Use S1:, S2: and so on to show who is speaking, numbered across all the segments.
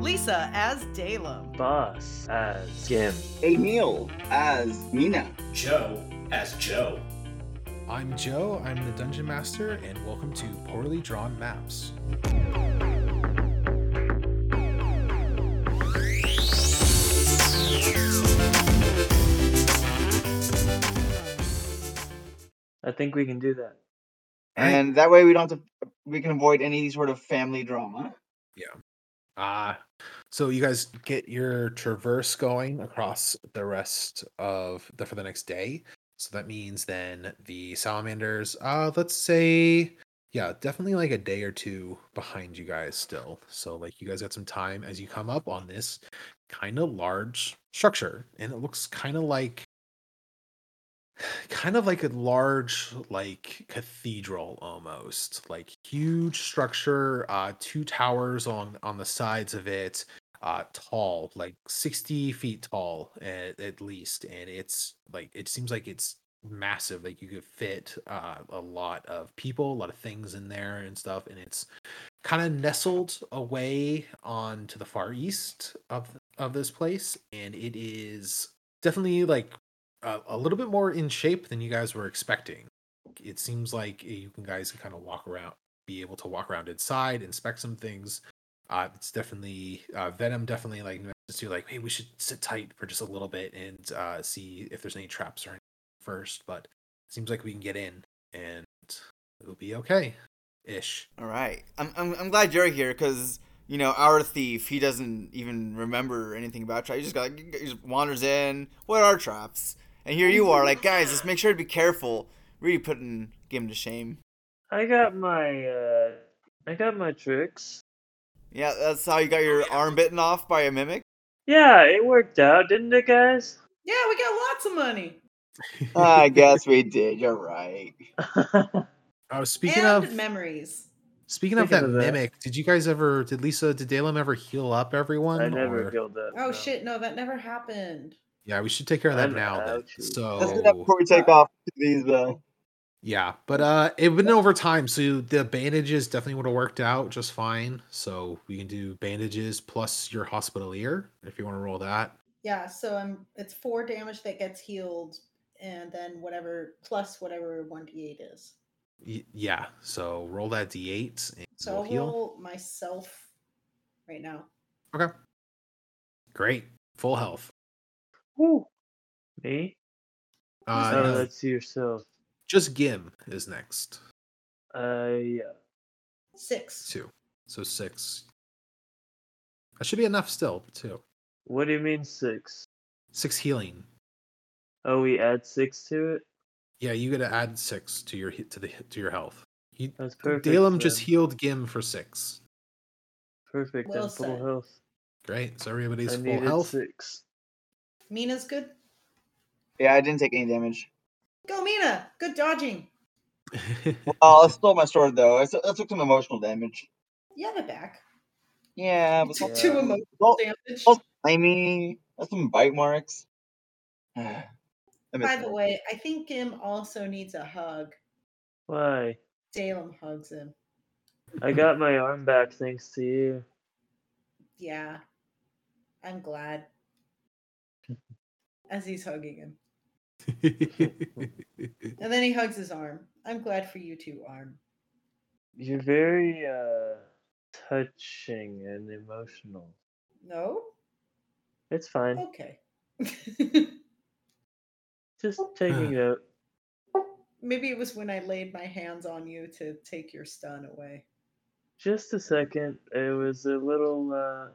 S1: Lisa as Dalem.
S2: Boss as Jim.
S3: Emil as Nina.
S4: Joe as Joe.
S5: I'm Joe, I'm the Dungeon Master, and welcome to Poorly Drawn Maps.
S2: I think we can do that.
S3: And that way we don't have to, we can avoid any sort of family drama.
S5: Ah, so you guys get your traverse going across the rest of the for the next day. So that means then the salamanders, uh, let's say, yeah, definitely like a day or two behind you guys still. So like you guys got some time as you come up on this kind of large structure, and it looks kind of like kind of like a large like cathedral almost like huge structure uh two towers on on the sides of it uh tall like 60 feet tall at, at least and it's like it seems like it's massive like you could fit uh a lot of people a lot of things in there and stuff and it's kind of nestled away on to the far east of of this place and it is definitely like a, a little bit more in shape than you guys were expecting. It seems like you can- guys can kind of walk around, be able to walk around inside, inspect some things. Uh, it's definitely uh, Venom definitely like messages you like, hey, we should sit tight for just a little bit and uh, see if there's any traps or anything first. But it seems like we can get in and it'll be okay, ish.
S6: All right. I'm, I'm, I'm glad you're here because, you know, our thief, he doesn't even remember anything about traps. He just, got, he just wanders in. What are traps? And here you are, like, guys, just make sure to be careful. Really putting him to shame.
S2: I got my uh I got my tricks.
S6: Yeah, that's how you got your arm bitten off by a mimic?
S2: Yeah, it worked out, didn't it guys?
S1: Yeah, we got lots of money.
S2: Uh,
S3: I guess we did. You're right.
S5: oh, speaking
S1: and
S5: of
S1: memories.
S5: speaking of that
S2: speaking of that-
S5: mimic, did you guys ever? Did Lisa? Did Dalem ever heal up everyone?
S2: I never
S5: or-
S2: killed that.
S1: Oh
S2: no.
S1: shit, no, that never happened.
S5: Yeah, we should take care of
S2: I'm
S5: that now. Then.
S2: ouchie.
S3: Let's do that
S5: So
S3: before we take off to these. Uh,
S5: yeah, but uh, it went over time, so the bandages definitely would have worked out just fine. So we can do bandages plus your hospitalier if you want to roll that.
S1: Yeah, so I'm it's four damage that gets healed and then whatever plus whatever one D eight is.
S5: Y- yeah, so roll that d8 and
S1: So
S5: we'll
S1: I'll
S5: heal.
S1: roll myself right now.
S5: Okay, great, full health.
S2: Woo. Me?
S5: Uh,
S2: oh,
S5: no,
S2: let's see yourself.
S5: just Gim is next
S2: Uh yeah.
S1: Six.
S5: too. So six. That should be enough still too.
S2: What do you mean six?
S5: Six healing.
S2: Oh we add six to it?
S5: Yeah, you gotta add six to your he- to the to your health. You,
S2: That's perfect. Um,
S5: Dalem just
S2: then.
S5: healed Gim for six.
S2: perfect
S1: Well
S2: on full
S1: said.
S2: health.
S5: Great. So
S2: I
S5: everybody's full
S2: needed
S5: health.
S2: six.
S1: Mina's good.
S3: yeah, I didn't take any damage.
S1: Go Mina! Good dodging.
S3: Oh, I stole my sword though. I, s- I took some emotional damage.
S1: Yeah, the back.
S3: Yeah, but
S1: Took
S3: some,
S1: Two emotional
S3: well,
S1: damage.
S3: well, I mean, that's some bite marks. I miss
S1: By the
S3: him.
S1: way, I think Gim also needs a hug.
S2: Why?
S1: Salem hugs him.
S2: I got my arm back thanks to you.
S1: Yeah. I'm glad. As he's hugging him. And then he hugs his arm. I'm glad for you too, arm.
S2: You're very uh touching and emotional.
S1: No?
S2: It's fine.
S1: Okay.
S2: Just taking note.
S1: Maybe it was when I laid my hands on you to take your stun away.
S2: Just a second. It was a little uh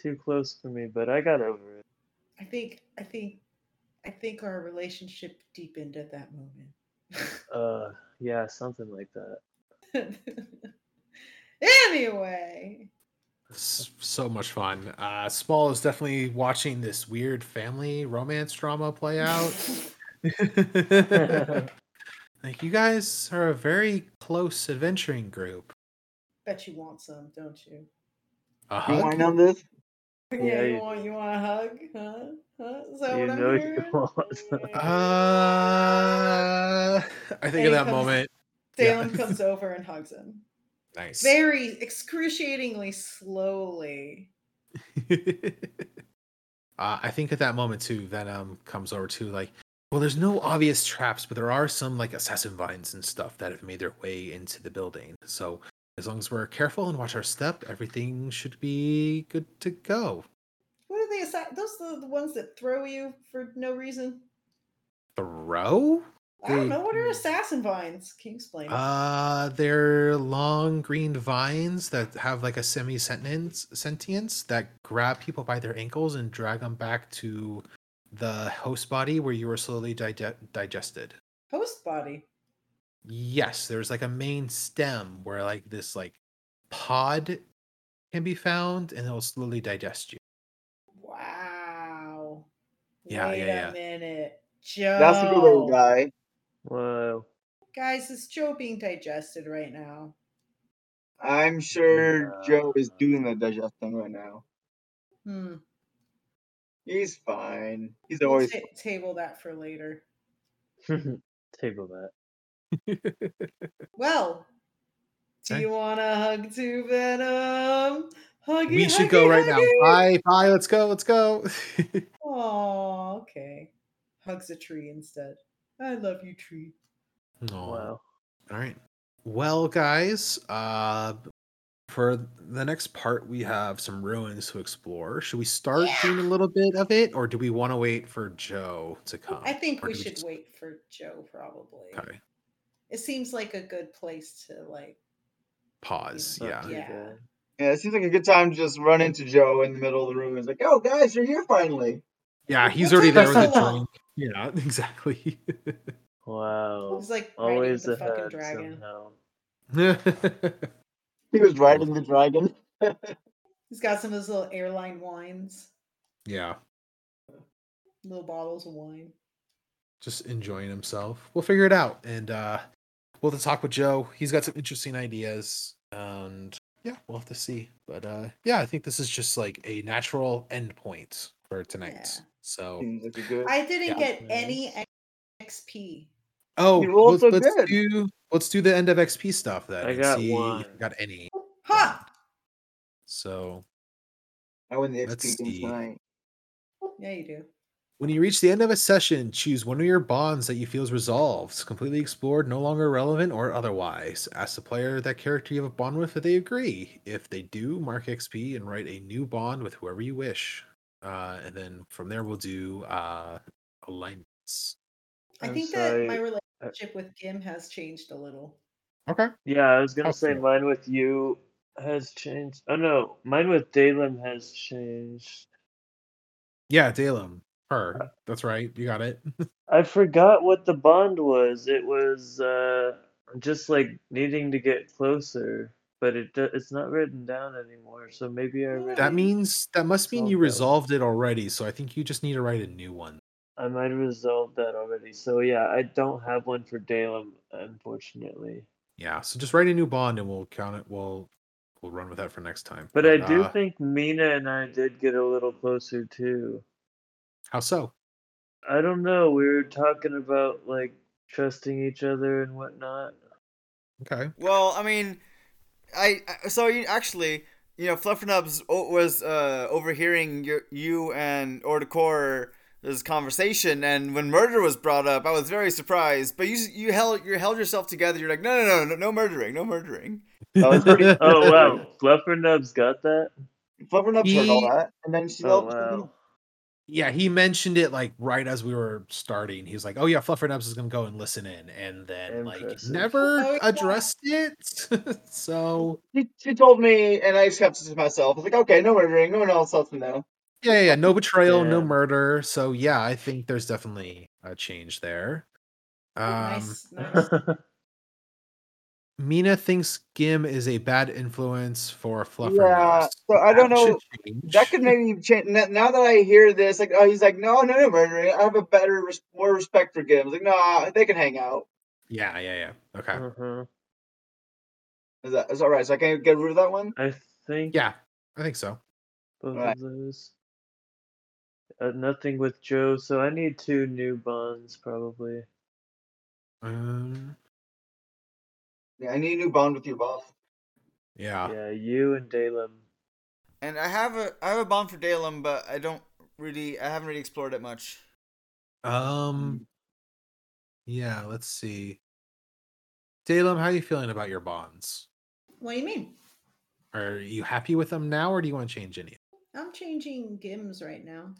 S2: too close for me, but I got over it.
S1: I think I think I think our relationship deepened at that moment.
S2: Uh yeah, something like that.
S1: anyway.
S5: S- so much fun. Uh, Small is definitely watching this weird family romance drama play out. like you guys are a very close adventuring group.
S1: Bet you want some, don't you?
S5: A
S3: You
S5: hug?
S3: wine on this?
S1: Yeah,
S2: Yeah,
S1: you,
S2: you-
S1: want you want a hug, huh? Huh? Is that
S2: You
S1: what I'm
S2: know you
S1: hearing?
S2: want some.
S5: Uh, I think
S1: Here
S5: of that
S1: comes-
S5: moment. yeah.
S1: Salem comes over and hugs him,
S5: Nice.
S1: very excruciatingly slowly.
S5: uh, I think at that moment too, Venom comes over to like, well, there's no obvious traps, but there are some like assassin vines and stuff that have made their way into the building. So as long as we're careful and watch our step, everything should be good to go.
S1: What are they? Aside? Those are the ones that throw you for no reason.
S5: Throw?
S1: I don't
S5: They-
S1: know. What are assassin vines? Can you explain?
S5: Mm-hmm. Uh, they're long green vines that have like a semi sentience sentience that grab people by their ankles and drag them back to the host body where you were slowly dige- digested.
S1: Host body.
S5: Yes, there's like a main stem where like this like pod can be found and it'll slowly digest you.
S1: Wow.
S5: Yeah,
S1: Wait
S5: yeah,
S1: a
S5: yeah.
S1: minute, Joe.
S3: That's a good little guy.
S2: Whoa.
S1: Guys, is Joe being digested right now?
S3: I'm sure
S2: Yeah.
S3: Joe is doing the digesting right now.
S1: Hmm.
S3: He's fine. He's
S1: We'll
S3: always.
S1: ta- table that for later.
S2: Table that.
S1: Well, do
S5: Okay.
S1: you want to hug to Venom? Huggy,
S5: we should go right now. Bye, bye. Let's go. Let's go.
S1: Oh, okay. Hugs a tree instead. I love you, tree.
S5: Aw.
S2: Wow.
S5: All right. Well, guys, uh, for the next part, we have some ruins to explore. Should we start doing a little bit of it, or do we want to wait for Joe to come?
S1: I think
S5: Or
S1: we
S5: do
S1: should
S5: just-
S1: wait for Joe, probably.
S5: Okay.
S1: It seems like a good place to like.
S5: Pause.
S2: Not
S5: Yeah.
S2: too
S1: Yeah.
S2: bad.
S3: Yeah, it seems like a good time to just run into Joe in the middle of the room. It's like, oh, guys, you're here finally.
S5: Yeah.
S1: What's
S5: He's already there with
S1: up?
S5: a drink. Yeah. Exactly.
S2: Wow.
S1: It's like riding
S2: Always
S1: the fucking
S2: ahead
S1: dragon.
S2: somehow.
S3: He was riding the dragon.
S1: He's got some of those little airline wines,
S5: yeah.
S1: little bottles of wine.
S5: Just enjoying himself. We'll figure it out, and uh, we'll have to talk with Joe. He's got some interesting ideas, and yeah, we'll have to see. But uh, yeah, I think this is just like a natural endpoint for tonight.
S1: Yeah.
S5: So.
S3: Seems like a good.
S1: I didn't
S5: Yeah.
S1: get any XP.
S5: Oh,
S3: You rolled
S5: let's,
S3: so
S5: let's
S3: good.
S5: do let's do the end of XP stuff then.
S2: I
S5: and
S2: got
S5: see if
S2: one.
S5: I got any.
S1: Ha!
S5: So
S3: I win the
S5: Let's
S3: XP game
S5: see.
S3: tonight.
S1: Yeah, you do.
S5: when you reach the end of a session, choose one of your bonds that you feel is resolved, completely explored, no longer relevant, or otherwise. Ask the player that character you have a bond with if they agree. If they do, mark XP and write a new bond with whoever you wish. Uh, and then from there, we'll do uh, alignments.
S1: I
S2: I'm
S1: think that
S2: sorry,
S1: my
S5: uh
S2: I-
S1: relationship with Gim has changed a little.
S5: Okay.
S2: Yeah, I was gonna
S5: How
S2: say
S5: so?
S2: mine with you has changed. Oh no, mine with Dalim has changed.
S5: Yeah, Dalem.
S2: Uh,
S5: Her. That's right. You got it.
S2: I forgot what the bond was. It was uh, just like needing to get closer, but it do- it's not written down anymore. So maybe I already,
S5: that means that must mean you
S2: Resolved
S5: resolved it already. So I think you just need to write a new one.
S2: I might have resolved that already. So yeah, I don't have one for Dalim, unfortunately.
S5: Yeah, so just write a new bond and we'll count it. We'll we'll run with that for next time.
S2: But I do
S5: uh,
S2: think Mina and I did get a little closer too.
S5: how so?
S2: I don't know. We were talking about like trusting each other and whatnot.
S5: Okay.
S6: Well, I mean, I, I so you actually, you know, Fluffernubbs o- was uh, overhearing your, you and Ordecor this conversation, and when murder was brought up, I was very surprised. But you s- you held you held yourself together. You're like, no, no, no, no, no murdering, no murdering.
S3: I was pretty.
S2: Oh wow, Fluffer Nubs got that.
S3: Fluffernups heard all
S5: He-
S3: that, and then she
S2: Oh
S3: loved
S2: wow.
S5: Yeah, he mentioned it like right as we were starting. He was like, "Oh yeah, Fluffernubs is gonna go and listen in," and then like
S2: Impressive.
S5: never
S1: Oh, yeah.
S5: addressed it. so
S3: She, she told me, and I accepted it myself. I was like, okay, no murdering, no one else lets me know.
S5: yeah, yeah, yeah, no betrayal, no
S2: Yeah.
S5: murder. So yeah, I think there's definitely a change there. Um,
S1: Oh, nice, nice.
S5: Mina thinks Gim is a bad influence for Fluffernubs.
S3: so I don't
S5: should
S3: know- That
S5: change.
S3: could maybe change. n- Now that I hear this, like, oh, he's like, no, no, no murdering. I have a better, res- more respect for Gibbs. Like, nah, they can hang out.
S5: Yeah, yeah, yeah. Okay.
S2: uh-huh.
S3: Is that is all right? So I can get rid of that one.
S2: I think
S5: Yeah, I think so.
S2: both
S3: Right.
S2: of those. Uh, nothing with Joe, so I need two new bonds probably.
S5: Um,
S3: Yeah, I need a new bond with you, boss.
S5: yeah.
S2: Yeah, you and Dalim.
S6: And I have a I have a bomb for Dalem, but I don't really I haven't really explored it much.
S5: Um, yeah, let's see. Dalem, how are you feeling about your bonds?
S1: What do you mean?
S5: Are you happy with them now, or do you want to change any?
S1: I'm changing Gims right now.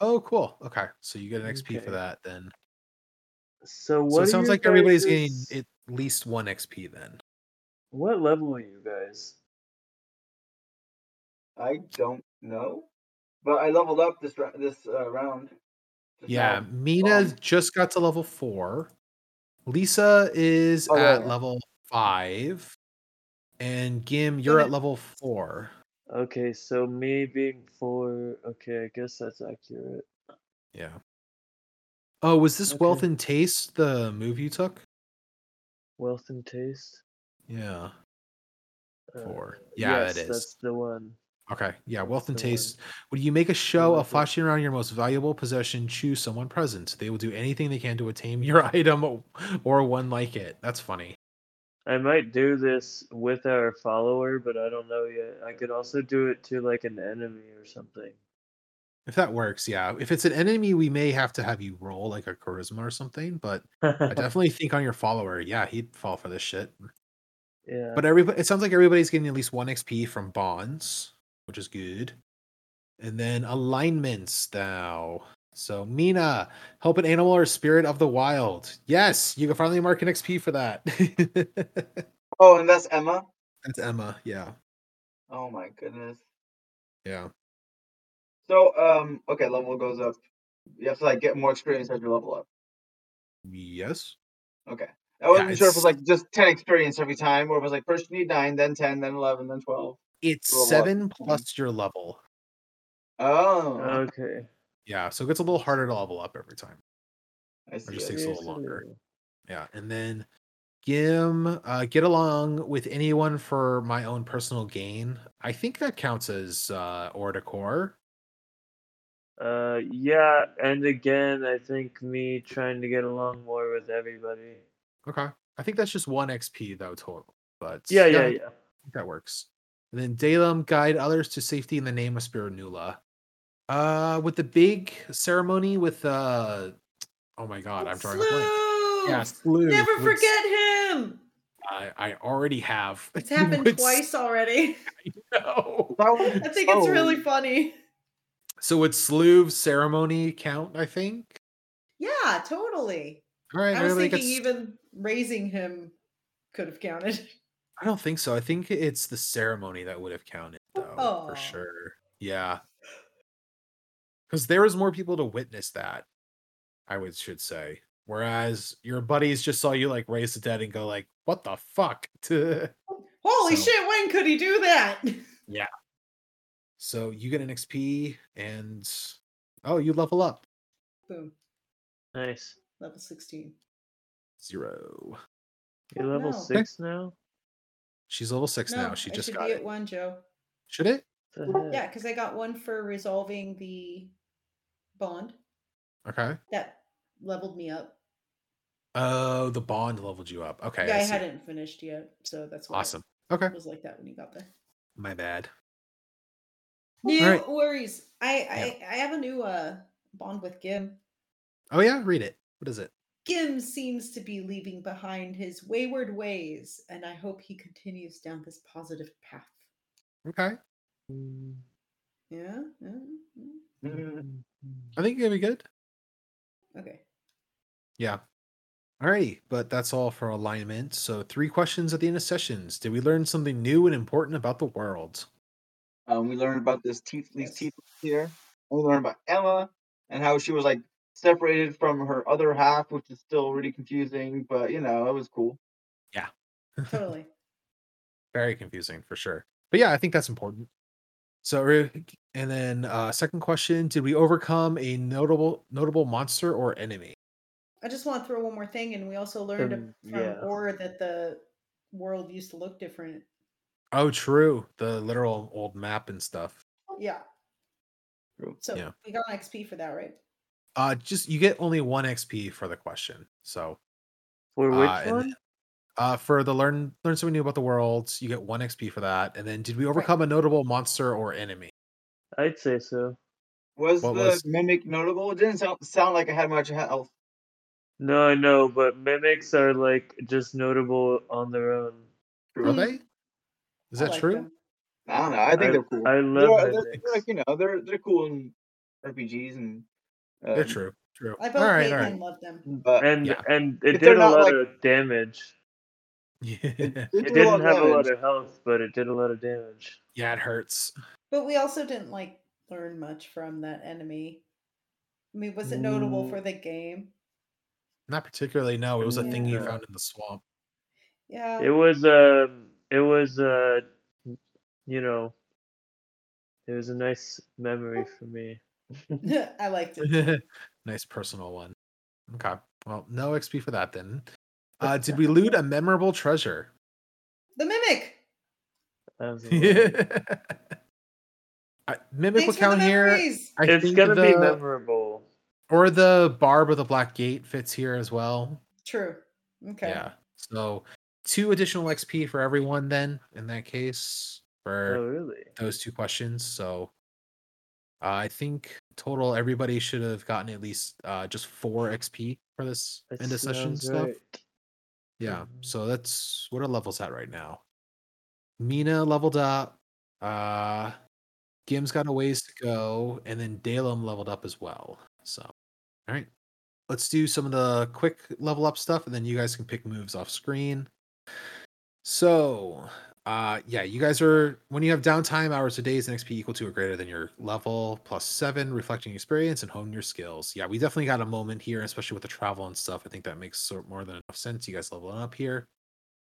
S5: Oh, cool. Okay, so you get an XP
S2: Okay.
S5: for that then.
S2: So what?
S5: So
S2: are
S5: it sounds
S2: your
S5: like everybody's
S2: guys'
S5: getting at least one XP then.
S2: What level are you guys?
S3: I don't know, but I leveled up this ra- this uh, round. Just
S5: Yeah,
S3: now.
S5: Mina
S3: bomb.
S5: just got to level four. Lisa is
S3: Oh, yeah,
S5: at
S3: yeah.
S5: level five, and Gim, you're at
S1: then-
S5: level four.
S2: Okay, so me being four. Okay, I guess that's accurate.
S5: Yeah. Oh, was this Wealth
S2: Okay.
S5: and Taste the move you took?
S2: Wealth and taste.
S5: Yeah,
S2: Uh,
S5: four. Yeah,
S2: yes,
S5: it is.
S2: That's the one.
S5: Okay. Yeah, wealth and
S2: the one.
S5: taste. When you make a show of
S2: like
S5: flashing around your most valuable possession, choose someone present. They will do anything they can to attain your item o- or one like it. That's funny.
S2: I might do this with our follower, but I don't know yet. I could also do it to like an enemy or something.
S5: If that works, yeah. If it's an enemy, we may have to have you roll like a charisma or something, but I definitely think on your follower, yeah, he'd fall for this shit.
S2: yeah.
S5: But everybody, it sounds like everybody's getting at least one XP from bonds, which is good. And then alignments now. So Mina, help an animal or spirit of the wild. Yes, you can finally mark an XP for that.
S3: Oh, and that's Emma.
S5: That's Emma. Yeah,
S3: Oh my goodness.
S5: yeah.
S3: So um, okay, level goes up. You have to like get more experience as you level up.
S5: Yes.
S3: Okay. I wasn't sure if it
S5: it's-
S3: was like just ten experience every time, or it was like first you need nine, then ten, then eleven, then twelve.
S5: It's
S3: Roll what?
S5: seven plus your level.
S3: Oh,
S2: okay.
S5: Yeah, so it gets a little harder to level up every time.
S3: I
S5: Or
S3: see.
S5: just
S3: I
S5: takes a
S3: see.
S5: little longer. Yeah, and then Gim, uh, get along with anyone for my own personal gain. I think that counts as uh, or to core.
S2: Uh, yeah, and again, I think me trying to get along more with everybody.
S5: Okay, I think that's just one XP though total. But
S2: Yeah, yeah,
S5: I
S2: yeah.
S5: think that works. And then Dalem guide others to safety in the name of Spirinula. Uh, with the big ceremony with uh, oh my god, I'm drawing a blank.
S1: Sleuth!
S5: Yeah, Sleuth
S1: Never
S5: would s-
S1: forget him.
S5: I, I already have.
S1: It's happened
S5: Would
S1: twice already.
S5: snow.
S3: That one-
S1: I think it's really
S3: oh,
S1: funny.
S5: So would Sleuve's ceremony count? I think.
S1: Yeah, totally.
S5: All right,
S1: I was
S5: everybody
S1: thinking
S5: gets-
S1: even raising him could have counted.
S5: I don't think so. I think it's the ceremony that would have counted, though,
S1: Oh.
S5: for sure. Yeah, because there was more people to witness that. I would should say. Whereas your buddies just saw you like raise the dead and go like, "What the fuck?"
S1: Holy
S5: So-
S1: shit, when could he do that?
S5: so you get an XP and oh, you level up
S1: Boom.
S2: Nice.
S1: Level 16.
S5: zero.
S2: You're
S1: Oh,
S2: level
S1: no.
S2: six now.
S5: She's level six
S1: no,
S5: now. She
S1: I
S5: just
S1: should
S5: got
S1: be
S5: it.
S1: at one, Joe.
S5: Should it?
S2: The heck?
S1: Yeah, because I got one for resolving the bond
S5: Okay.
S1: that leveled me up.
S5: Oh, the bond leveled you up. Okay.
S1: yeah, I,
S5: see.
S1: hadn't finished yet, so that's why
S5: Awesome. Okay.
S1: It was like that when you got there.
S5: My bad.
S1: No
S5: Alright.
S1: worries. I, I I have a new uh bond with Gim.
S5: Oh yeah, read it. What is it?
S1: Gim seems to be leaving behind his wayward ways, and I hope he continues down this positive path.
S5: Okay.
S2: Mm,
S1: Yeah. yeah, mm,
S2: mm, mm.
S5: I think it'll be good.
S1: Okay.
S5: Yeah. Alrighty, but that's all for alignment. So three questions at the end of sessions. Did we learn something new and important about the world?
S3: Um, we learned about this teeth, these
S1: Yes.
S3: teeth here. and We learned about Emma and how she was like separated from her other half, which is still really confusing. But you know, it was cool.
S1: Totally.
S5: Very confusing for sure. But yeah, I think that's important. So re- and then uh second question, did we overcome a notable notable monster or enemy?
S1: I just want to throw one more thing, and we also learned
S2: Um,
S1: ab- from
S2: yeah.
S1: Or that the world used to look different.
S5: Oh true. The literal old map and stuff.
S1: Yeah.
S3: True.
S1: So
S5: Yeah.
S1: we got an XP for that, right?
S5: Uh just you get only one XP for the question. So
S2: For
S5: Uh,
S2: which
S5: and-
S2: one?
S5: Uh, for the learn learn something new about the world, you get one XP for that. And then, did we overcome a notable monster or enemy?
S2: I'd say so.
S3: Was
S5: What
S3: the
S5: was-
S3: mimic notable? It didn't sound, sound like I had much health.
S2: No, I know, but mimics are like just notable on their own.
S5: Are they?
S1: Mm-hmm.
S5: Is
S1: I
S5: that
S1: like
S5: true?
S1: them.
S3: I don't know. I think they're cool.
S2: I
S3: they're,
S2: love
S3: they're- they're
S2: mimics.
S3: like you know they're they're cool in RPGs and uh,
S5: They're true. True.
S1: I both
S5: all right,
S1: hate
S5: all
S1: and love them.
S3: But
S2: and
S5: Yeah.
S2: and it
S3: If they're
S2: did a
S3: not,
S2: lot
S3: like-
S2: of damage.
S5: right.
S3: they
S2: It
S3: do
S2: didn't have a
S3: damage.
S2: lot of health, but it did a lot of damage.
S5: yeah, it hurts.
S1: But we also didn't like learn much from that enemy. I mean, was it notable
S5: Mm.
S1: for the game?
S5: Not particularly. No, it was a thing you
S2: Yeah.
S5: found in the swamp.
S1: Yeah.
S2: It was um it was uh you know it was a nice memory
S5: Oh.
S2: for me.
S1: I liked it.
S5: nice personal one. Okay. Well, no XP for that then. Uh, did we loot a memorable treasure?
S1: The mimic.
S2: That was a lot.
S5: I, Uh, Mimic will
S1: Thanks for the
S5: count here.
S1: memories.
S5: I
S2: it's
S5: think
S2: gonna be
S5: the-
S2: memorable.
S5: or the barb of the black gate fits here as well.
S1: True. Okay.
S5: Yeah. So two additional XP for everyone then in that case for
S2: Oh really?
S5: those two questions. So uh, I think total everybody should have gotten at least uh, just four XP for this
S2: That
S5: end of session
S2: sounds
S5: stuff.
S2: right.
S5: Yeah.
S2: Mhm.
S5: So that's what are levels at right now? Mina leveled up. Uh Gim's got a ways to go, and then Dalem leveled up as well. So all right. Let's do some of the quick level up stuff and then you guys can pick moves off screen. So uh yeah, you guys are when you have downtime hours a day is an XP equal to or greater than your level plus seven, reflecting experience and hone your skills. Yeah, we definitely got a moment here, especially with the travel and stuff. I think that makes sort more than enough sense. You guys leveling up here.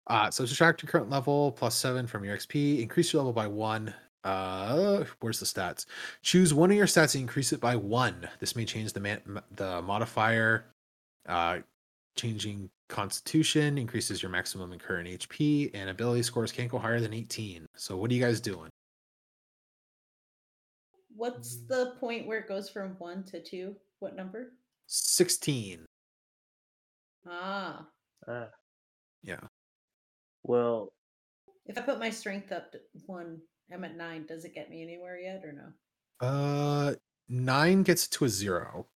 S5: Uh so subtract your current level plus seven from your XP, increase your level by one. Uh where's the stats? Choose one of your stats and increase it by one. This may change the man m- the modifier. Uh changing constitution increases your maximum and current HP, and ability scores can't go higher than 18. So what are you guys doing?
S1: What's
S5: Mm-hmm.
S1: the point where it goes from one to two? What number?
S5: 16.
S1: Ah.
S2: Ah,
S5: Yeah.
S2: well,
S1: If I put my strength up to one, I'm at nine. Does it get me anywhere yet or no?
S5: Uh nine gets it to a zero.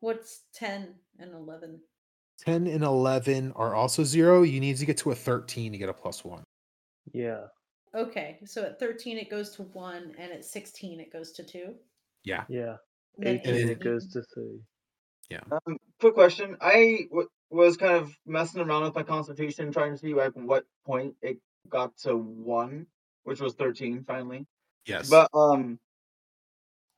S1: What's 10 and 11?
S5: 10 and 11 are also zero. You need to get to a 13 to get a plus one.
S2: yeah.
S1: Okay. So at 13, it goes to one, and at 16, it goes to two.
S5: Yeah.
S2: Yeah.
S1: and then
S2: 18 it
S1: 18.
S2: goes to 3.
S3: Um, quick question. I w- was kind of messing around with my constitution, trying to see like what point it got to one, which was thirteen finally.
S5: Yes.
S3: But um,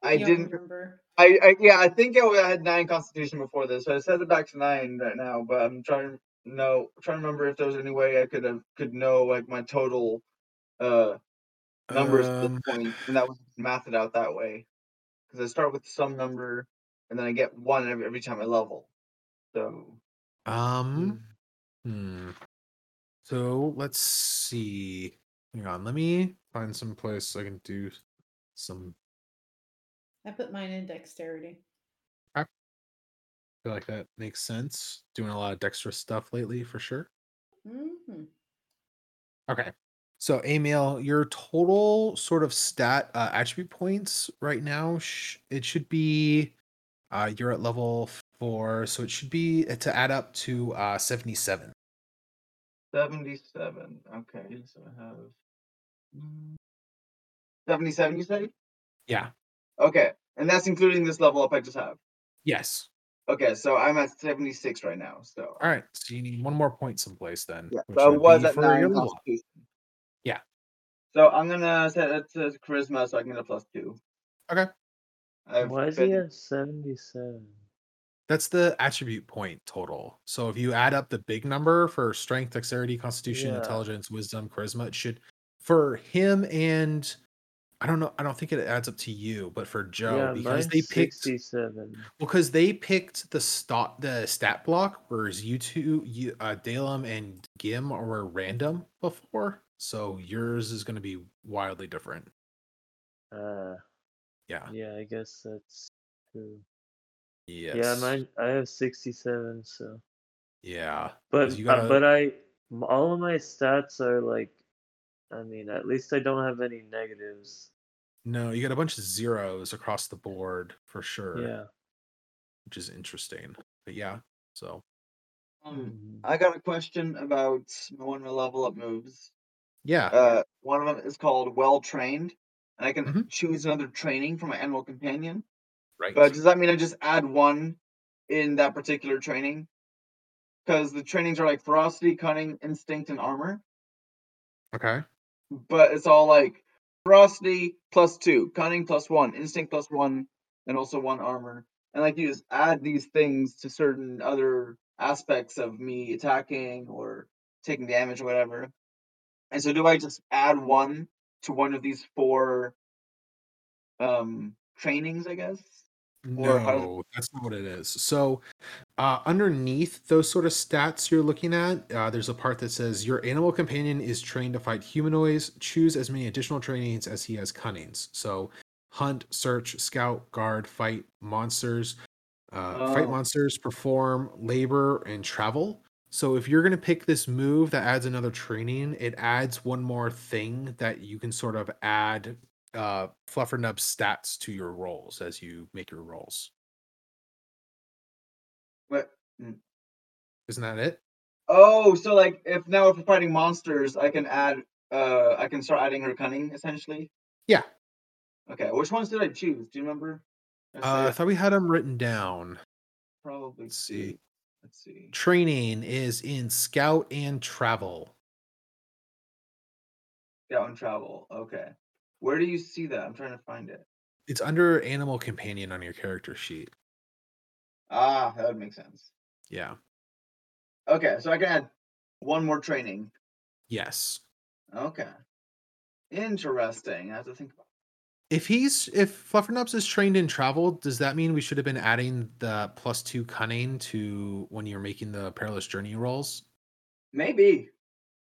S3: I
S1: don't
S3: didn't.
S1: remember.
S3: I, I yeah, I think I w- I had nine constitution before this, so I set it back to nine right now. But I'm trying to know, trying to remember if there's any way I could have could know like my total uh numbers at this
S5: Um,
S3: point, and that was mathed out that way. Because I start with some number, and then I get one every, every time I level. So
S5: Um. Hmm. So let's see. Hang on. Let me find some place I can do some
S1: I put mine in dexterity.
S5: I feel like that makes sense. Doing a lot of dexterous stuff lately for sure.
S1: hmm
S5: Okay. So, Emil, your total sort of stat uh, attribute points right now, sh- it should be uh, you're at level four. So, it should be uh, to add up to uh, 77.
S3: seventy-seven. Okay, so I have mm, seventy-seven. You say?
S5: Yeah.
S3: Okay, and that's including this level up I just have.
S5: Yes.
S3: Okay, so I'm at seventy-six right now. So
S5: All right. So, you need one more point someplace then.
S3: yeah,
S5: which
S3: so I
S5: would
S3: was
S5: be
S3: at
S5: for
S3: nine
S5: your level up.
S3: constitution.
S5: Yeah.
S3: So I'm gonna set it to charisma, so I can get a plus two.
S5: Okay.
S3: I've
S2: Why is he
S3: been-
S2: at 77?
S5: That's the attribute point total. So, if you add up the big number for strength, dexterity, constitution,
S2: Yeah.
S5: intelligence, wisdom, charisma, it should, for him and I don't know, I don't think it adds up to you, but for Joe,
S2: yeah, mine's
S5: because they picked.
S2: 67.
S5: because they picked the stat the stat block, whereas you two, you, uh, Dalem and Gim, were random before. So yours is going to be wildly different.
S2: Uh,
S5: Yeah.
S2: yeah, I guess that's true.
S5: Yes.
S2: Yeah, mine I have 67 so.
S5: Yeah.
S2: But
S5: you
S2: uh,
S5: gotta-
S2: but I m- all of my stats are like, I mean, at least I don't have any negatives.
S5: No, you got a bunch of zeros across the board for sure,
S2: Yeah.
S5: which is interesting. But yeah, so
S3: Um,
S2: Mm-hmm.
S3: I got a question about one of my level up moves.
S5: yeah,
S3: Uh, one of them is called well trained, and I can
S5: Mhm.
S3: choose another training for my animal companion.
S5: right.
S3: But does that mean I just add one in that particular training? Because the trainings are like ferocity, cunning, instinct, and armor.
S5: okay.
S3: But it's all like ferocity plus two, cunning plus one, instinct plus one, and also one armor. And like you just add these things to certain other aspects of me attacking or taking damage or whatever. And so do I just add one to one of these four um trainings, I guess? Or how does-
S5: No, that's not what it is. So, uh, underneath those sort of stats you're looking at, uh, there's a part that says your animal companion is trained to fight humanoids. Choose as many additional trainings as he has cunnings. So, hunt, search, scout, guard, fight monsters, uh,
S3: Oh.
S5: fight monsters, perform labor, and travel. So, if you're going to pick this move that adds another training, it adds one more thing that you can sort of add uh, Fluffernub stats to your rolls as you make your rolls.
S3: But
S5: Isn't that it?
S3: Oh, so like if now if we're fighting monsters, I can add uh I can start adding her cunning essentially.
S5: Yeah.
S3: Okay, which ones did I choose? Do you remember? I say
S5: Uh, I
S3: I
S5: thought we had them written down.
S3: probably
S5: let's see.
S3: did. Let's see.
S5: Training is in scout and travel.
S3: Scout and travel. Okay. Where do you see that? I'm trying to find it.
S5: It's under animal companion on your character sheet.
S3: Ah, that would make sense.
S5: Yeah.
S3: Okay, so I can add one more training.
S5: Yes.
S3: Okay. Interesting. I have to think about
S5: If he's if Fluffernups is trained in travel, does that mean we should have been adding the plus two cunning to when you're making the perilous journey rolls?
S3: maybe.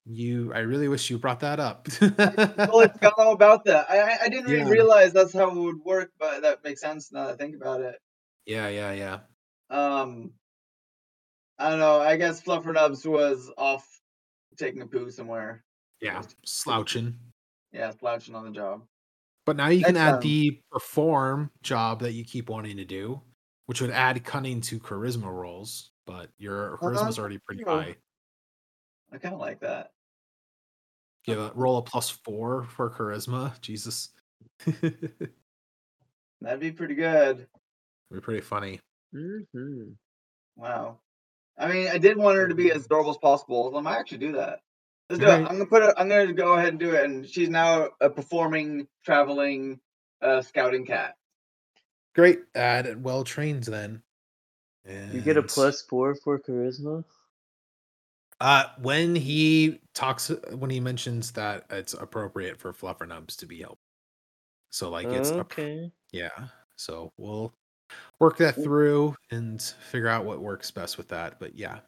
S5: You, I really wish you brought that up.
S3: Well, it's got all about that. I I- I didn't really
S5: Yeah.
S3: realize that's how it would work, but that makes sense now that I think about it.
S5: yeah, yeah, yeah.
S3: Um, I don't know. I guess Fluffernubs was off taking a poo somewhere.
S5: Yeah. Slouching.
S3: Yeah, slouching on the job.
S5: But now you can
S3: That's,
S5: add
S3: um,
S5: the perform job that you keep wanting to do, which would add cunning to charisma rolls, but your charisma's already pretty
S3: Uh-huh. Yeah.
S5: high.
S3: I kind of like that.
S5: Give a roll a plus four for charisma. Jesus. We're
S3: That'd be pretty good.
S5: pretty funny.
S2: Mm-hmm.
S3: Wow. I mean, I did want her to be as adorable as possible. I might actually do that. Let's do it.
S5: Alright.
S3: I'm gonna put it. I'm gonna go ahead and do it. And she's now a performing, traveling, uh, scouting cat.
S5: Great. Add well trained then.
S2: You get a
S5: And,
S2: plus four for charisma.
S5: Uh, when he talks, when he mentions that it's appropriate for Fluffernubs to be helped. So, like, it's a
S2: okay.
S5: Yeah. So we'll work that through and figure out what works best with that. But yeah.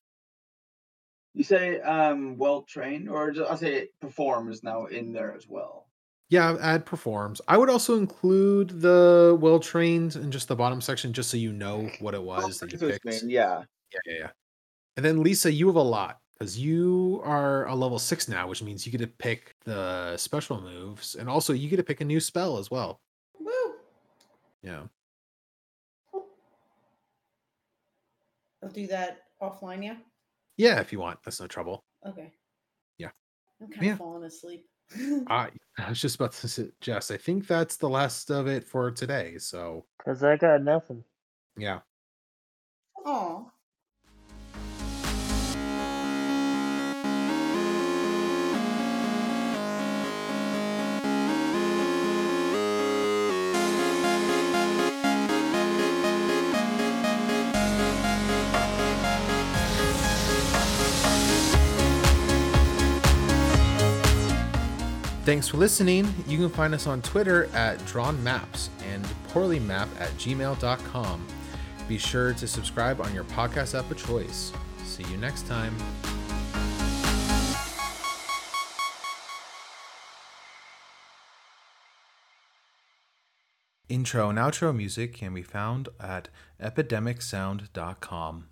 S3: You say um well trained, or just, I say performs now in there as well.
S5: Yeah, add performs. I would also include the well trained in just the bottom section just so you know what it was that you
S3: So it's
S5: picked.
S3: mean,
S5: Yeah,
S3: Yeah.
S5: yeah, yeah. And then Lisa, you have a lot because you are a level six now, which means you get to pick the special moves and also you get to pick a new spell as well.
S1: Woo!
S5: Yeah.
S1: I'll do that offline, yeah?
S5: Yeah, if you want. That's no trouble.
S1: Okay.
S5: Yeah.
S1: I'm kind
S5: Yeah.
S1: of falling asleep.
S5: I, I was just about to suggest, I think that's the last of it for today. So
S2: Cause I got nothing.
S5: yeah.
S1: Aw.
S5: Thanks for listening. You can find us on Twitter at Drawn Maps and poorlymap at gmail.com. Be sure to subscribe on your podcast app of choice. See you next time. Intro and outro music can be found at epidemicsound.com.